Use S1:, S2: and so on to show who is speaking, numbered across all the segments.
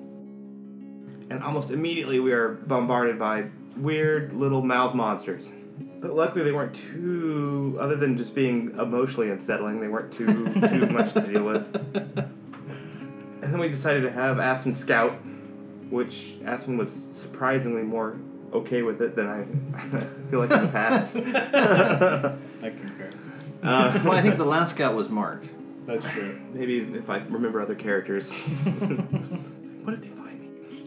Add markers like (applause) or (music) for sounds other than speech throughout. S1: and almost immediately we are bombarded by weird little mouth monsters. But luckily, they weren't too. Other than just being emotionally unsettling, they weren't too too much to deal with. And then we decided to have Aspen Scout, which Aspen was surprisingly more okay with it than I (laughs) feel like in the past.
S2: I concur.
S3: well, I think the last scout was Mark.
S2: That's true.
S1: Maybe if I remember
S3: (laughs)
S1: other characters. what if they find me?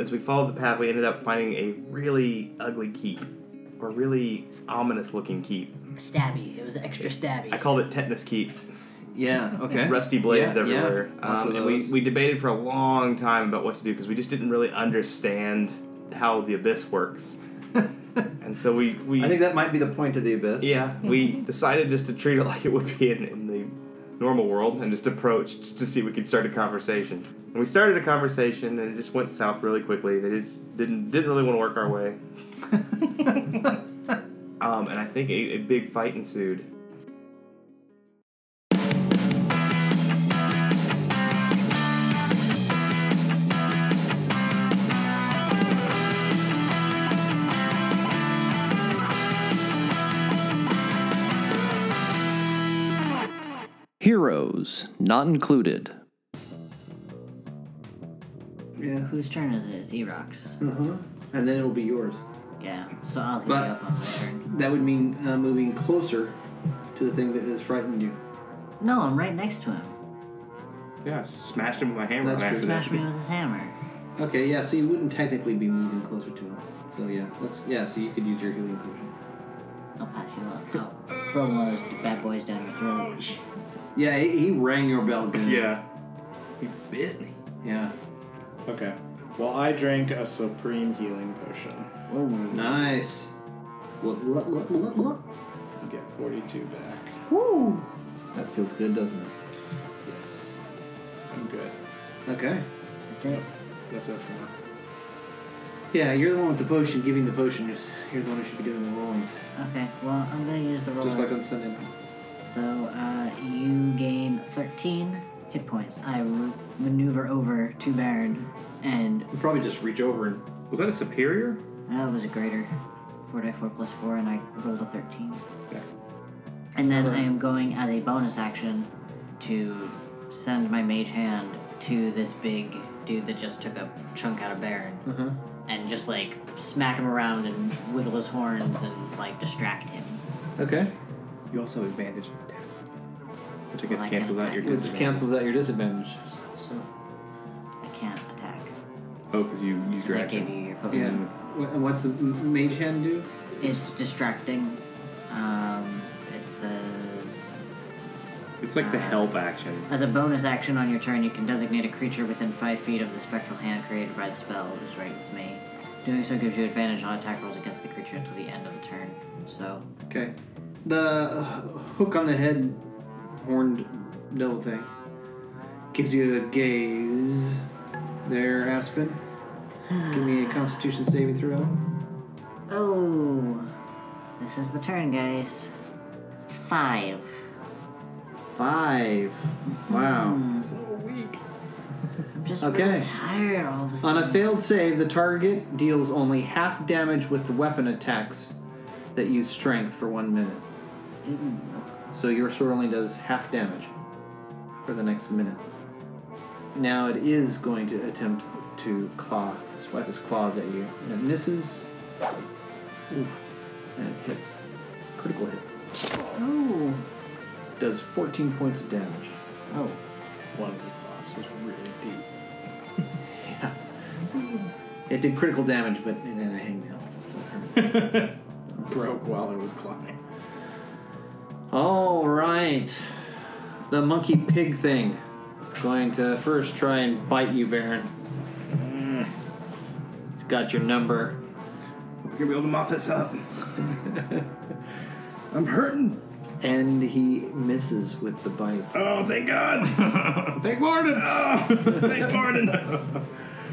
S1: As we followed the path, we ended up finding a really ugly keep, or really ominous looking keep.
S4: Stabby. It was extra stabby.
S1: I called it Tetanus Keep.
S3: Yeah, okay.
S1: Rusty blades
S3: Yeah, yeah.
S1: everywhere.
S3: Lots
S1: Um,
S3: of
S1: and we,
S3: those.
S1: we debated for a long time about what to do because we just didn't really understand how the
S3: (laughs)
S1: abyss works. and so we, we
S3: I think that might be the point of the abyss.
S1: Yeah, we decided just to treat it like it would be in, in the normal world and just approached just to see if we could start a conversation. And we started a conversation and it just went south really quickly. They just didn't didn't really want to work our way. um, and I think a, a big fight ensued.
S3: Heroes Not Included. Yeah.
S4: Whose turn is it? It's Erox.
S3: Uh huh. And then it'll be yours.
S4: Yeah. So I'll hit
S3: But-
S4: you up on my turn.
S3: That would mean uh, moving closer to the thing that has frightened you.
S4: No, I'm right next to him.
S1: Yeah, I smashed him with my hammer
S3: That's
S1: on
S3: true.
S1: accident.
S4: Smash me with his hammer.
S3: Okay, yeah, so you wouldn't technically be moving closer to him. So yeah, that's yeah, so you could use your healing potion.
S4: I'll pass you up. I'll throw one of those bad boys down your
S3: Oh,
S4: throat.
S3: Yeah, he, he rang your bell good.
S1: Yeah. He bit me.
S3: Yeah.
S2: Okay. Well, I drank a supreme healing potion.
S4: Whoa.
S3: Nice. Look, look, look, look, look.
S2: You get 42 back.
S3: Woo! That feels good, doesn't it?
S2: Yes. I'm good.
S3: Okay.
S4: That's it.
S2: That's it for now.
S3: Yeah, you're the one with the potion giving the potion. You're the one who should be doing the rolling.
S4: Okay. Well, I'm gonna use the roll.
S3: Just like on Sunday night.
S4: So uh, you gain 13 hit points. I r- maneuver over to Baron, and
S3: You probably just reach over and
S1: Was that a superior?
S4: that was a greater 4d4 plus 4, and I rolled a 13.
S1: Yeah.
S4: And then I am going as a bonus action to send my mage hand to this big dude that just took a chunk out of Baron. And just like smack him around and wiggle his horns and like distract him.
S3: Okay.
S1: You also have advantage. Which I guess
S4: Well, I can't
S1: cancels out your
S4: attack.
S3: Which
S1: disadvantage.
S3: cancels out your disadvantage. So
S4: I can't attack.
S1: Oh, because you used
S4: 'cause
S1: your
S4: I gave
S1: action.
S4: you your
S3: Yeah.
S4: potion.
S3: Wh- And what's the m- mage hand do?
S4: It's distracting. Um, it says.
S1: It's like the help action.
S4: As a bonus action on your turn, you can designate a creature within five feet of the spectral hand created by the spell. It was right with me. Doing so gives you advantage on attack rolls against the creature until the end of the turn. So,
S3: Okay. The uh, hook on the head, horned devil thing, gives you a gaze. There, Aspen. Give (sighs) me a Constitution saving throw.
S4: oh, this is the turn, guys. Five.
S3: Five. Wow.
S2: So weak.
S4: I'm just
S3: Okay.
S4: really tired all of a
S3: On
S4: sudden.
S3: a failed save, the target deals only half damage with the weapon attacks that use strength for one minute.
S4: Ooh.
S3: So your sword only does half damage for the next minute. Now it is going to attempt to claw, swipe its claws at you. And it misses. Ooh, and it hits. Critical hit.
S4: Oh.
S3: Does 14 points of damage.
S4: Oh.
S2: One of the claws was really deep.
S3: It did critical damage, but it had a hangnail. so it hurt.
S2: Broke while I was climbing.
S3: All right. The monkey Mm. pig thing. Going to first try and bite you, Baron.
S5: got your number.
S1: We're gonna be able to mop this (laughs) up. I'm hurting.
S5: And he misses with the
S3: (laughs)
S5: bite.
S1: Oh, thank God. (laughs) thank Martin. Oh, thank Martin.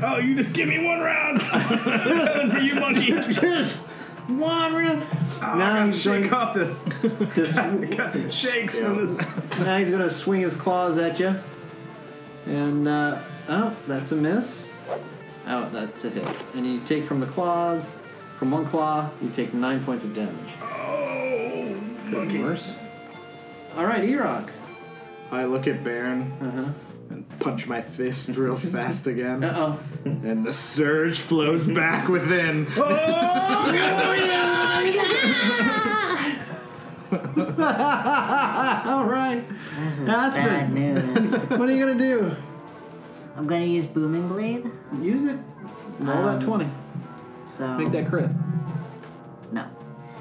S1: Oh, you just give me one round. (laughs) I'm coming for you, monkey. Oh,
S5: Just one round. now he's going
S1: Shake off the
S5: to sw-
S1: got the shakes from this.
S5: now he's going to swing his claws at you. And uh, oh, that's a miss. Oh, that's a hit. And you take from the claws, from one claw, you take nine points of damage.
S1: Oh, monkey.
S3: Worse.
S5: All right, Erock.
S2: I look at Baron
S1: Uh-huh.
S2: and punch my fist
S1: (laughs)
S2: real fast again,
S5: Uh oh.
S2: and the surge flows back within.
S1: Oh!
S3: Ah!
S5: All right.
S4: This is
S5: Aspen.
S3: (laughs)
S4: bad news.
S5: What are you gonna do?
S4: I'm gonna use booming blade.
S5: Use it. Roll
S4: Um,
S5: that twenty.
S4: So
S3: Make that crit.
S4: no.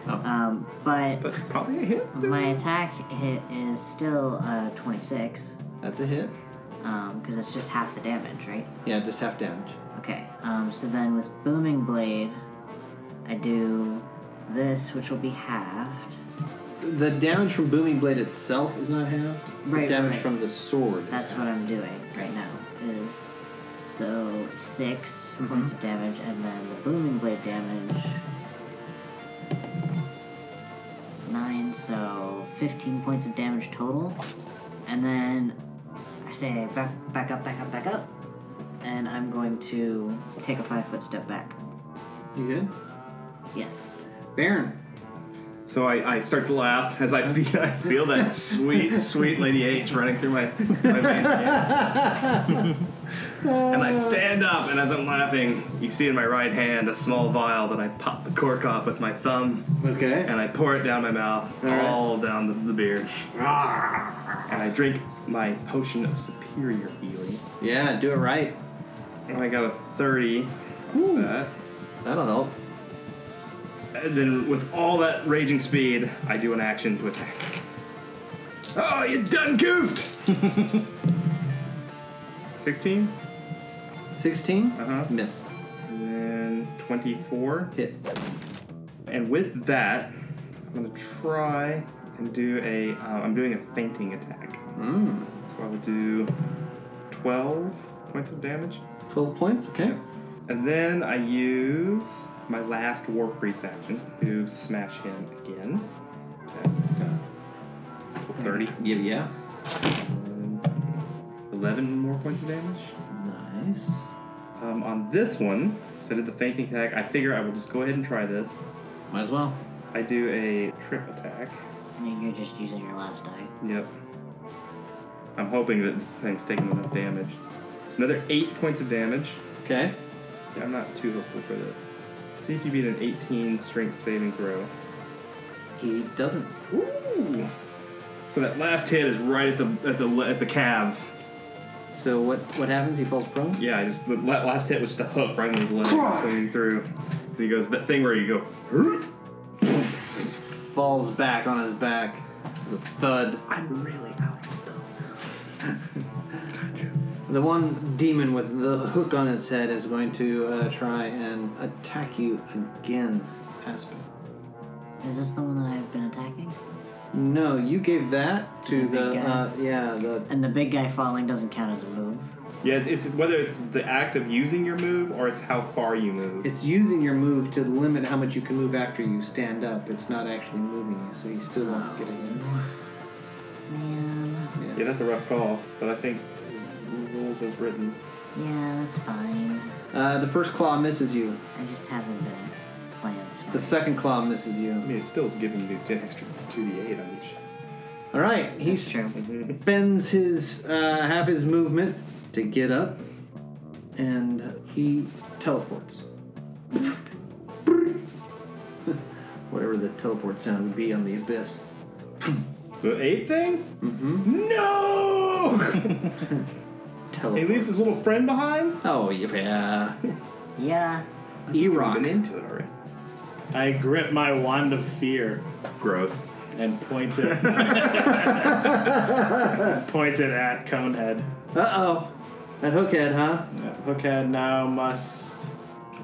S3: Oh.
S4: Um, but
S1: But probably a hit. still.
S4: my attack hit is still uh, 26
S3: That's a hit.
S4: because it's Um, just half the damage, right?
S3: Yeah, just half damage.
S4: Okay. Um, so then with booming blade, I do this, which will be halved.
S3: The damage from booming blade itself is not halved.
S4: Right,
S3: the damage
S4: right.
S3: from the sword. is
S4: That's
S3: halved.
S4: what I'm doing right now. Is so 6 points of damage, and then the booming blade damage nine, so 15 points of damage total. And then I say back, back up, back up, back up, and I'm going to take a five foot step back.
S3: You good?
S4: Yes.
S3: Baron.
S1: So I, I start to laugh as I feel, I feel that sweet, sweet Lady H running through my, my
S5: (laughs)
S1: veins. and I stand up, and as I'm laughing, you see in my right hand a small vial that I pop the cork off with my thumb,
S2: Okay.
S1: and I pour it down my mouth, all,
S2: right.
S1: down the, the beard. and I drink my potion of superior healing.
S3: Yeah, do it right.
S1: And I got a 30.
S3: Ooh.
S1: That.
S3: That'll help.
S1: And then, with all that raging speed, I do an action to attack. Oh, you done goofed! 16,
S3: 16.
S1: Uh-huh.
S3: Miss.
S1: and then 24.
S3: Hit.
S1: And with that, I'm gonna try and do a. Uh, I'm doing a fainting attack.
S3: Mm.
S1: So I will do 12 points of damage.
S3: 12 points. Okay.
S1: And then I use my last War Priest action to smash him again.
S3: Okay.
S1: 30.
S3: Yeah. Yeah.
S1: 11 more points of damage.
S3: Nice.
S1: Um, on this one, so I did the fainting attack. I figure I will just go ahead and try this.
S3: Might as well.
S1: I do a trip attack.
S4: And then you're just using your last die.
S1: Yep. I'm hoping that this thing's taking enough damage. It's another 8 points of damage.
S3: Okay.
S1: Yeah, I'm not too hopeful for this. See if you beat an 18 strength saving throw.
S3: He doesn't.
S1: Ooh! So that last hit is right at the at the le- at the calves.
S3: So what? What happens? He falls prone.
S1: Yeah, I just the la- last hit was just a hook right in his leg, swinging through. And he goes that thing where you go. "Hurt."
S3: Falls back on his back. The thud.
S1: I'm really out of stuff.
S3: (laughs) The one demon with the hook on its head is going to uh, try and attack you again, Aspen.
S4: Is this the one that I've been attacking?
S3: No, you gave that to
S4: The
S3: the
S4: big guy.
S3: uh, yeah the
S4: And the big guy falling doesn't count as a move.
S1: Yeah, it's, it's whether it's the act of using your move or it's how far you move.
S3: it's using your move to limit how much you can move after you stand up. It's not actually moving you, so you still won't get it.
S1: Oh.
S4: Man.
S1: yeah, that's a rough call, but I think rules as written.
S4: Yeah, that's fine.
S3: Uh, the first claw misses you.
S4: I just haven't been playing
S3: The
S4: smart.
S3: second claw misses
S1: I
S3: you.
S1: mean, it still is giving you an extra 2d8 on each.
S3: All right, he
S4: That's true.
S3: spends his uh, half his movement to get up, and he teleports. (laughs) Whatever the teleport sound would be on the abyss.
S1: The ape thing? Mm-hmm. No! he
S3: Teleport.
S1: leaves his little friend behind?
S3: Oh yeah.
S4: Yeah.
S1: Been
S3: Erock.
S1: into it already.
S2: I grip my wand of fear
S1: Gross.
S2: and point (laughs) it point it at Conehead.
S3: Uh oh. That hookhead, huh?
S2: Hookhead now must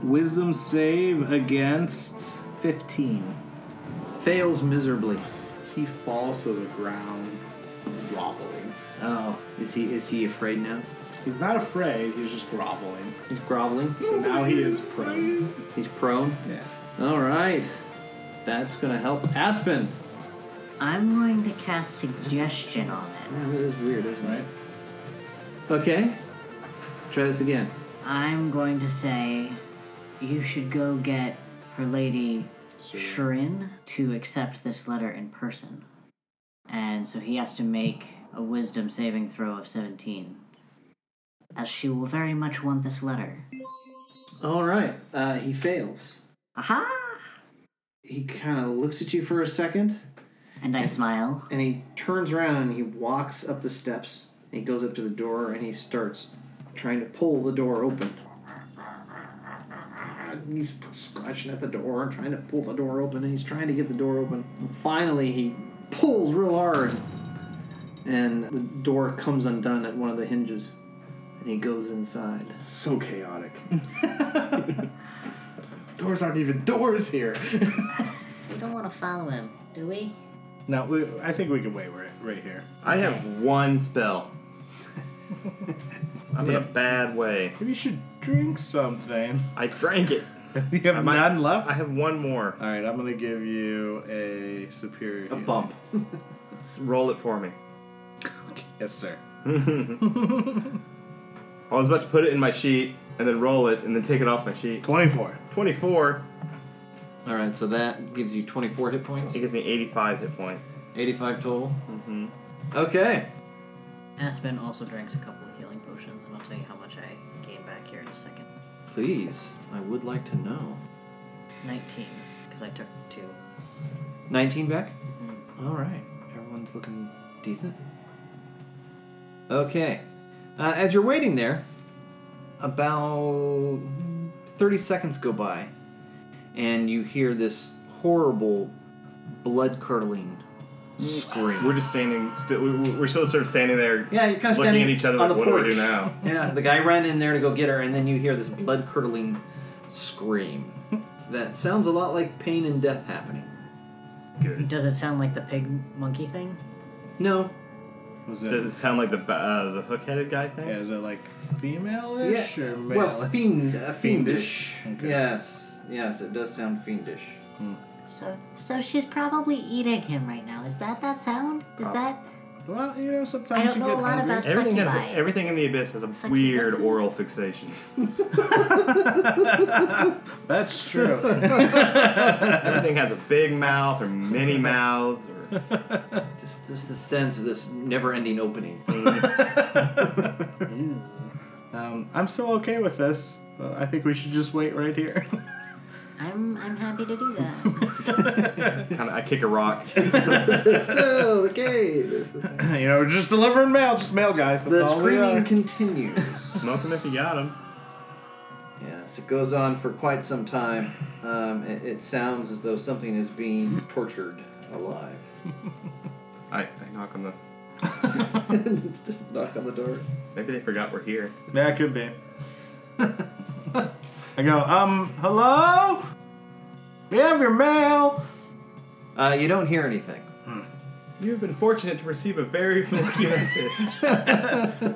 S6: Wisdom save against 15.
S7: Fails miserably.
S2: He falls to the ground, groveling.
S7: Oh, is he is he afraid now?
S2: He's not afraid, he's just groveling.
S7: He's groveling.
S2: So now he is prone.
S7: He's prone.
S2: Yeah.
S7: All right, that's gonna help. Aspen.
S4: I'm going to cast suggestion on it.
S7: Man, that is weird, isn't
S2: Right?
S7: Okay. Try this again.
S4: I'm going to say you should go get her lady Shrin to accept this letter in person. And so he has to make a wisdom saving throw of 17. As she will very much want this letter.
S7: All right. Uh, he fails.
S4: Aha!
S7: He kind of looks at you for a second,
S4: And I smile.
S7: and he turns around and he walks up the steps. And he goes up to the door and he starts trying to pull the door open. He's scratching at the door and trying to pull the door open, and he's trying to get the door open. And finally, he pulls real hard, and the door comes undone at one of the hinges, and he goes inside.
S2: So chaotic. (laughs) doors aren't even doors here.
S4: We don't want to follow him, do we?
S2: no, we, I think we can wait right, right here.
S1: I have one spell. I'm in a bad way.
S2: Maybe you should drink something. (laughs)
S1: I drank it. (laughs)
S2: you have
S1: I might-
S2: none left?
S1: I have one more.
S2: All right, I'm going to give you a superior.
S7: A
S2: healing.
S7: bump.
S1: (laughs) Roll it for me.
S2: Yes, sir.
S1: I was about to put it in my sheet and then roll it and then take it off my sheet.
S2: 24.
S1: 24.
S3: All right, so that gives you 24 hit points,
S1: It gives me 85 hit points.
S3: 85 total.
S7: Mm-hmm. Okay.
S4: Aspen also drinks a couple of healing potions, and I'll tell you how much I gain back here in a second.
S3: Please, I would like to know.
S4: 19, because I took two.
S3: 19 back? All right. Everyone's looking decent. Okay. Uh, as you're waiting there, about 30 seconds go by, and you hear this horrible, blood curdling scream.
S1: We're just standing still. we- We're still sort of standing there.
S3: Yeah, you're kind of
S1: Looking
S3: standing
S1: at each other
S3: on
S1: like,
S3: the
S1: "What do we
S3: porch.
S1: do now?"
S3: (laughs) yeah, the guy ran in there to go get her, and then you hear this blood curdling scream (laughs) that sounds a lot like pain and death happening.
S4: Does it sound like the pig monkey thing?
S3: No,
S2: Was
S1: Does it sound like the ba- uh, the hook-headed guy thing?
S2: Yeah, is it like female-ish or male?
S3: Well, fiend, uh, fiendish.
S2: Okay.
S3: Yes, yes, it does sound fiendish.
S4: So, so she's probably eating him right now. Is that that sound? Is
S3: Uh,
S4: that?
S2: Well, you know, sometimes
S4: I don't
S2: you
S4: know
S2: get
S4: a lot
S2: hungry.
S4: about
S1: Everything has
S4: succubi.
S1: everything in the abyss has a
S4: Succubuses?
S1: weird oral fixation.
S2: (laughs) That's true. (laughs)
S1: everything has a big mouth or many mouths (laughs) or
S3: Just, just the sense of this never-ending opening.
S2: um, I'm still okay with this. Well, I think we should just wait right here. (laughs)
S4: I'm I'm happy to do
S3: (laughs)
S4: that.
S1: kind of. I kick a rock.
S7: Oh, okay.
S2: you know, we're just delivering mail, just mail, guys. That's
S7: The
S2: all we are.
S7: screaming continues.
S1: (laughs) Smoke them if you got them.
S3: yes, it goes on for quite some time. Um, it, it sounds as though something is being tortured alive. (laughs)
S1: I, I knock on the.
S7: Knock on the door.
S1: Maybe they forgot we're here.
S2: yeah, it could be. I go, um, hello? We have your mail.
S3: Uh, you don't hear anything.
S1: You have been fortunate to receive a very (laughs) lucky message.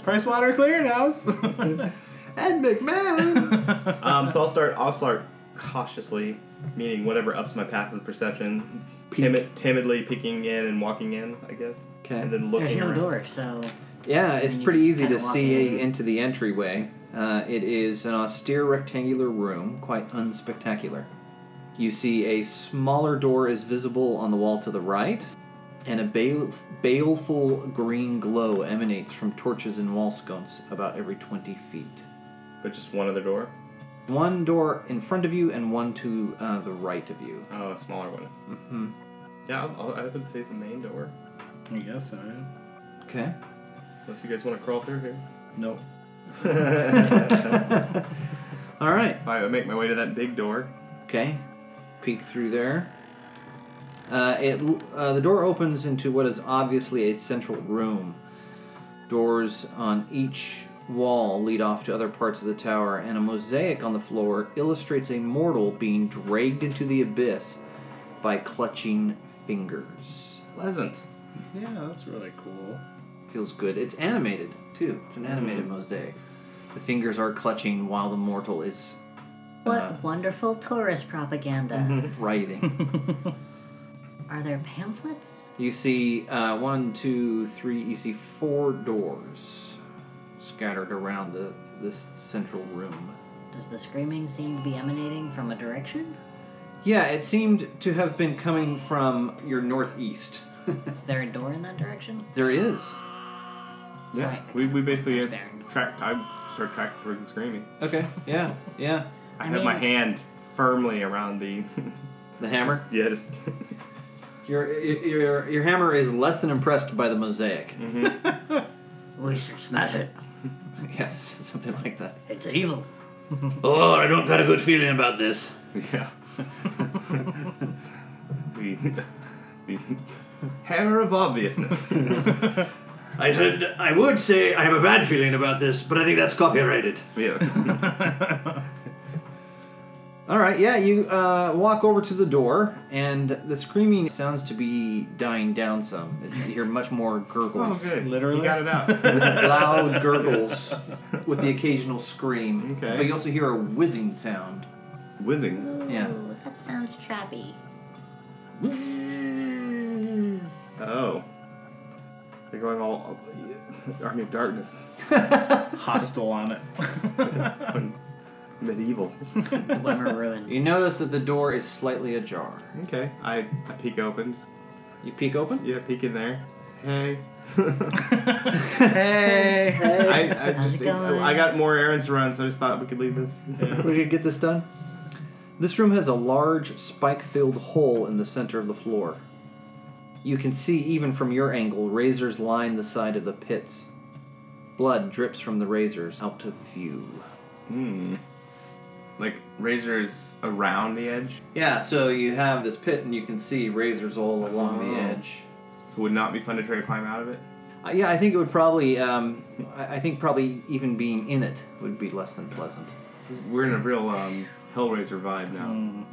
S2: Price water clearinghouse. (laughs)
S3: And McMahon.
S1: Um, so I'll start. I'll start cautiously, meaning whatever ups my passive perception, timid, timidly peeking in and walking in. I guess.
S3: 'Kay.
S1: And then looking
S4: There's no
S1: around.
S4: door, so
S3: Yeah, it's
S4: you
S3: pretty
S4: just
S3: easy to
S4: kinda walk
S3: see
S4: in.
S3: into the entryway. Uh, it is an austere rectangular room, quite unspectacular. You see a smaller door is visible on the wall to the right, and a bale- baleful green glow emanates from torches and wall sconces about every 20 feet.
S1: But just one other door.
S3: One door in front of you and one to uh, the right of you.
S1: Oh, a smaller one. Mm-hmm. Yeah, I'll, I'll, I would say the main door.
S2: I guess so. yeah.
S3: Okay.
S1: Unless you guys want to crawl through here.
S2: Nope.
S3: All right.
S1: So I would make my way to that big door.
S3: Okay. Peek through there. Uh, it uh, the door opens into what is obviously a central room. Doors on each wall lead off to other parts of the tower, and a mosaic on the floor illustrates a mortal being dragged into the abyss by clutching fingers.
S1: Pleasant.
S8: Yeah, that's really cool.
S3: Feels good. It's animated, too. It's an animated mosaic. The fingers are clutching while the mortal is
S4: What
S3: Uh, Mm-hmm.
S4: wonderful tourist propaganda.
S3: writhing.
S4: Are there pamphlets?
S3: You see uh, one, two, three. You see four doors scattered around the this central room.
S4: Does the screaming seem to be emanating from a direction?
S3: Yeah, it seemed to have been coming from your northeast. (laughs)
S4: Is there a door in that direction?
S3: there is.
S1: Yeah,
S4: Yeah, Sorry, I
S1: we,
S4: kinda
S1: we basically
S4: lost Baron.
S1: track. I start tracking towards the screaming.
S3: Okay. Yeah. Yeah.
S1: I,
S4: I
S1: have my
S4: mean-
S1: hand firmly around (laughs) the.
S3: The hammer.
S1: yeah, just
S3: Your your your hammer is less than impressed by the mosaic.
S4: We should smash it.
S3: (laughs) Yes, something like that.
S4: It's evil.
S3: Oh, I don't got a good feeling about this.
S1: (laughs) (laughs) yeah. the, the hammer of (laughs) obviousness.
S3: I said I would say I have a bad feeling about this, but I think that's copyrighted.
S1: yeah.
S3: All right, yeah, you uh, walk over to the door, and the screaming sounds to be dying down some. You hear much more
S1: Oh,
S3: gurgles,
S1: good.
S8: Literally?
S1: You got it out.
S3: (laughs) loud gurgles, with the occasional scream.
S1: Okay.
S3: But you also hear a whizzing sound.
S1: (laughs) Whizzing.
S3: Yeah.
S4: Ooh, that sounds trappy.
S1: Oh. They're going all Army of (laughs) Darkness.
S8: Hostile on it.
S1: Medieval.
S4: The Wemmer (laughs) ruins.
S3: You notice that the door is slightly ajar.
S1: Okay. I, I peek open. Just,
S3: You peek open.
S1: yeah, peek in there. Just,
S4: (laughs)
S1: hey.
S3: Hey,
S1: I, I
S4: How's
S1: just
S4: it going?
S1: I got more errands to run, so I just thought we could leave this.
S3: we could get this done. This room has a large spike-filled hole in the center of the floor. You can see even from your angle razors line the side of the pits. Blood drips from the razors out of view.
S1: Hmm. Like razors around the edge,
S3: Yeah, so you have this pit and you can see razors all along
S1: Oh.
S3: the edge.
S1: so would not be fun to try to climb out of it.
S3: Uh, yeah, I think it would probably um, I I think probably even being in it would be less than pleasant.
S1: This is- We're in a real um, Hellraiser vibe now.
S4: Mm.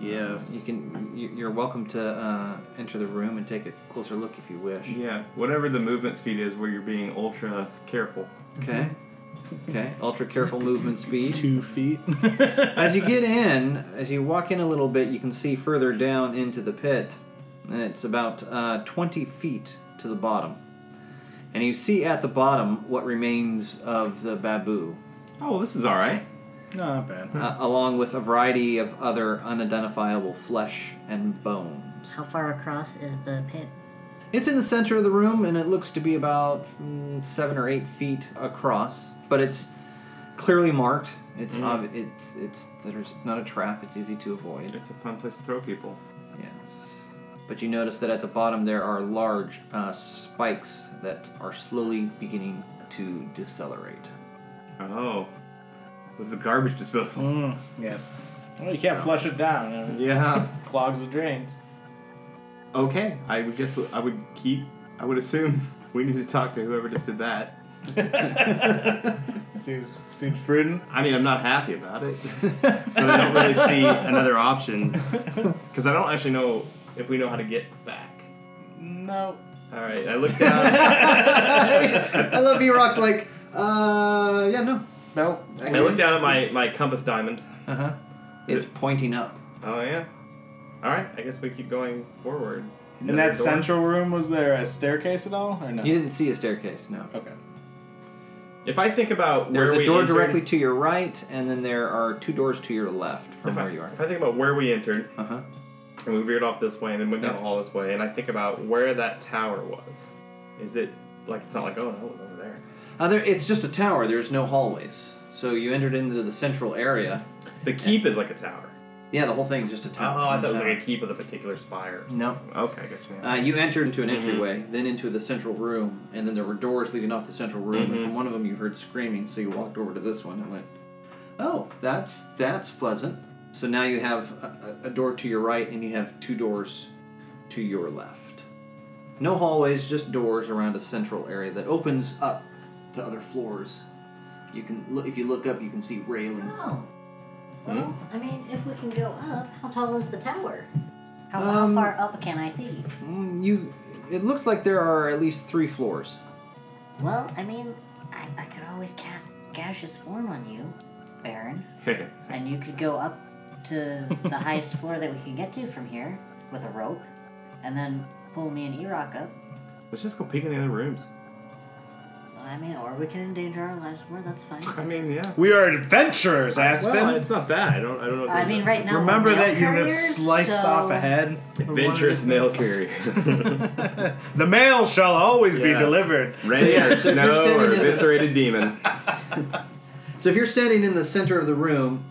S3: You
S8: Yes.
S3: can you- you're welcome to uh, enter the room and take a closer look if you wish.
S1: Yeah, whatever the movement speed is, where you're being ultra careful.
S3: Okay. Okay. Ultra careful movement speed.
S2: Two feet. (laughs)
S3: As you get in, as you walk in a little bit, you can see further down into the pit. And it's about uh, 20 feet to the bottom. And you see at the bottom what remains of the babu,
S1: Oh, well, this is all right.
S2: Not bad.
S3: uh, along with a variety of other unidentifiable flesh and bones.
S4: How far across is the pit?
S3: It's in the center of the room, and it looks to be about mm, seven or eight feet across. But it's clearly marked. It's
S1: Mm.
S3: obvi- it's it's there's not a trap. It's easy to avoid.
S1: It's a fun place to throw people.
S3: Yes. But you notice that at the bottom there are large uh, spikes that are slowly beginning to decelerate. (laughs)
S1: Oh, was the garbage disposal?
S2: Mm, yes. Well, you can't flush it down. It
S1: Yeah.
S2: clogs the drains. (laughs)
S1: okay, I would guess what- I would keep. I would assume we need to talk to whoever just did that.
S2: Seems seems prudent. (laughs)
S1: I mean, I'm not happy
S3: (laughs)
S1: about it, but I don't really see another option because I don't actually know if we know how to get back.
S2: No.
S1: All right, I
S3: (laughs)
S1: looked down.
S3: I love you, Rock's like, uh, yeah, no.
S2: (laughs) Nope.
S1: I looked down at my my compass diamond.
S3: Uh
S2: Uh-huh.
S3: huh. It's pointing up.
S1: Oh yeah. All right, I guess we keep going forward.
S2: In
S1: Another
S2: that
S1: door.
S2: central room, was there a staircase at all, or no?
S3: You didn't see a staircase, no.
S2: Okay.
S1: If I think about
S3: There's
S1: where
S3: a
S1: we
S3: door
S1: entered-
S3: directly to your right, and then there are two doors to your left from
S1: If I,
S3: where you are.
S1: if I think about where we entered
S3: Uh huh.
S1: and we veered off this way and then went down
S3: Yeah.
S1: the hall this way, and I think about where that tower was. Is it like it's not like oh no it was over there?
S3: Uh, there, it's just a tower. There's no hallways. So you entered into the central area.
S1: The keep is like a tower.
S3: Yeah, the whole thing is just a tower.
S1: Oh, I thought it
S3: One
S1: was
S3: tower.
S1: like a keep with a particular spire. or something.
S3: No.
S1: Okay, I got you.
S3: Uh, you entered into an entryway, then into the central room, and then there were doors leading off the central room. And from one of them, you heard screaming, so you walked over to this one and went, "Oh, that's that's pleasant." So now you have a, a a door to your right, and you have two doors to your left. No hallways, just doors around a central area that opens up to other floors You can look if you look up, you can see railing.
S9: Oh.
S2: Hmm?
S9: Well, I mean, if we can go up, how tall is the tower? How,
S3: Um,
S9: how far up can I see?
S3: Mm, you, it looks like there are at least three floors.
S9: Well, I mean, I, I could always cast gaseous form on you, Baron,
S1: Uh,
S9: and you could go up to
S2: (laughs)
S9: the highest floor that we could get to from here with a rope, and then pull me and Erock up.
S1: (laughs) Let's just go peek in the other rooms.
S9: I mean, or we can endanger our lives more. That's fine.
S1: I mean, yeah.
S2: We are adventurers, Aspen.
S1: Well, it's not that. I don't. I don't know. if
S9: I
S1: there's
S9: mean,
S1: a-
S9: right now. we're
S2: Remember
S9: mail
S2: that you have
S9: carriers,
S2: sliced
S9: so-
S2: off a head.
S1: Adventurous mail carrier. (laughs)
S2: The mail shall always be
S1: Yeah.
S2: delivered.
S1: Red
S3: (laughs)
S1: or
S3: so if you're
S1: snow
S3: standing
S1: or
S3: in the-
S1: eviscerated (laughs) demon.
S3: So if you're standing in the center of the room,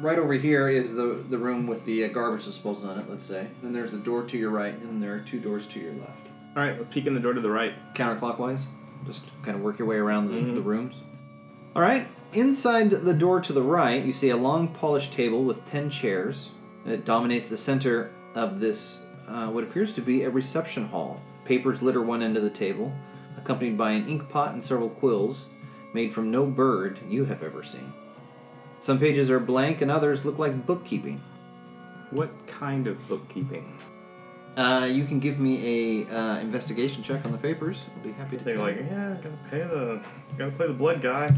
S3: right over here is the the room with the uh, garbage disposal on it. Let's say. Then there's a door to your right, and there are two doors to your left.
S1: All right, let's peek in the door to the right.
S3: counterclockwise. Just kind of work your way around the,
S2: Mm-hmm.
S3: the rooms. All right. Inside the door to the right, you see a long polished table with 10 chairs. And it dominates the center of this, uh, what appears to be a reception hall. Papers litter one end of the table, accompanied by an ink pot and several quills made from no bird you have ever seen. Some pages are blank and others look like bookkeeping.
S1: What kind of bookkeeping?
S3: Uh, you can give me a uh, investigation check on the papers. I'll be happy to
S1: They're
S3: tell
S1: like,
S3: you.
S1: yeah, gotta pay the, gotta play the blood guy.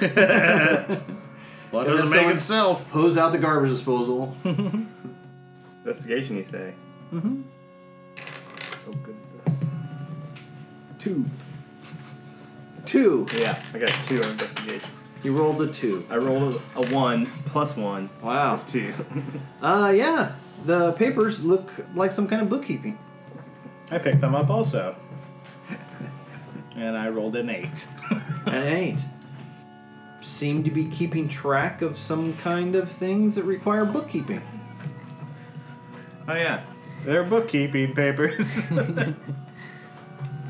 S3: Well, I don't
S2: Doesn't
S3: have
S2: make
S3: someone-
S2: itself.
S10: Hose out the garbage disposal.
S1: Investigation, you say? Mm-hmm. So good at this.
S3: (laughs) Two. Two.
S1: Yeah, I got two on investigation.
S3: You rolled a two.
S1: I rolled a, a one plus one.
S3: Wow.
S1: That's two. (laughs)
S3: Uh, yeah. The papers look like some kind of (laughs) bookkeeping.
S2: I picked them up also. And I rolled an eight.
S3: An eight. Seem to be keeping track of some kind of things that require bookkeeping.
S1: oh yeah.
S2: They're bookkeeping papers. (laughs)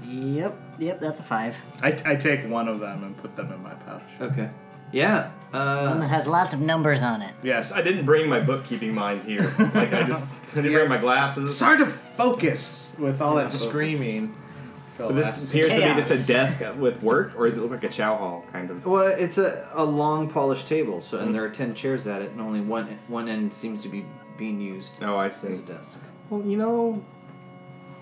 S9: Yep, yep, that's a five.
S2: I, I take one of them and put them in my pouch.
S3: Okay. Yeah.
S9: One that
S3: Uh,
S9: Um, has lots of numbers on it.
S2: Yes.
S1: I didn't bring my bookkeeping mind here. Like I just I didn't bring my
S2: It's
S1: glasses.
S2: hard to focus with all that screaming. Felt
S1: But this
S2: last-
S1: appears to be
S9: chaos.
S1: just a desk with work, or does it look like a chow hall kind of?
S3: well, it's a, a long polished table, so and there are ten chairs at it, and only one one end seems to be being used
S1: Oh, I
S3: as
S1: see.
S3: a desk.
S1: Well, you know,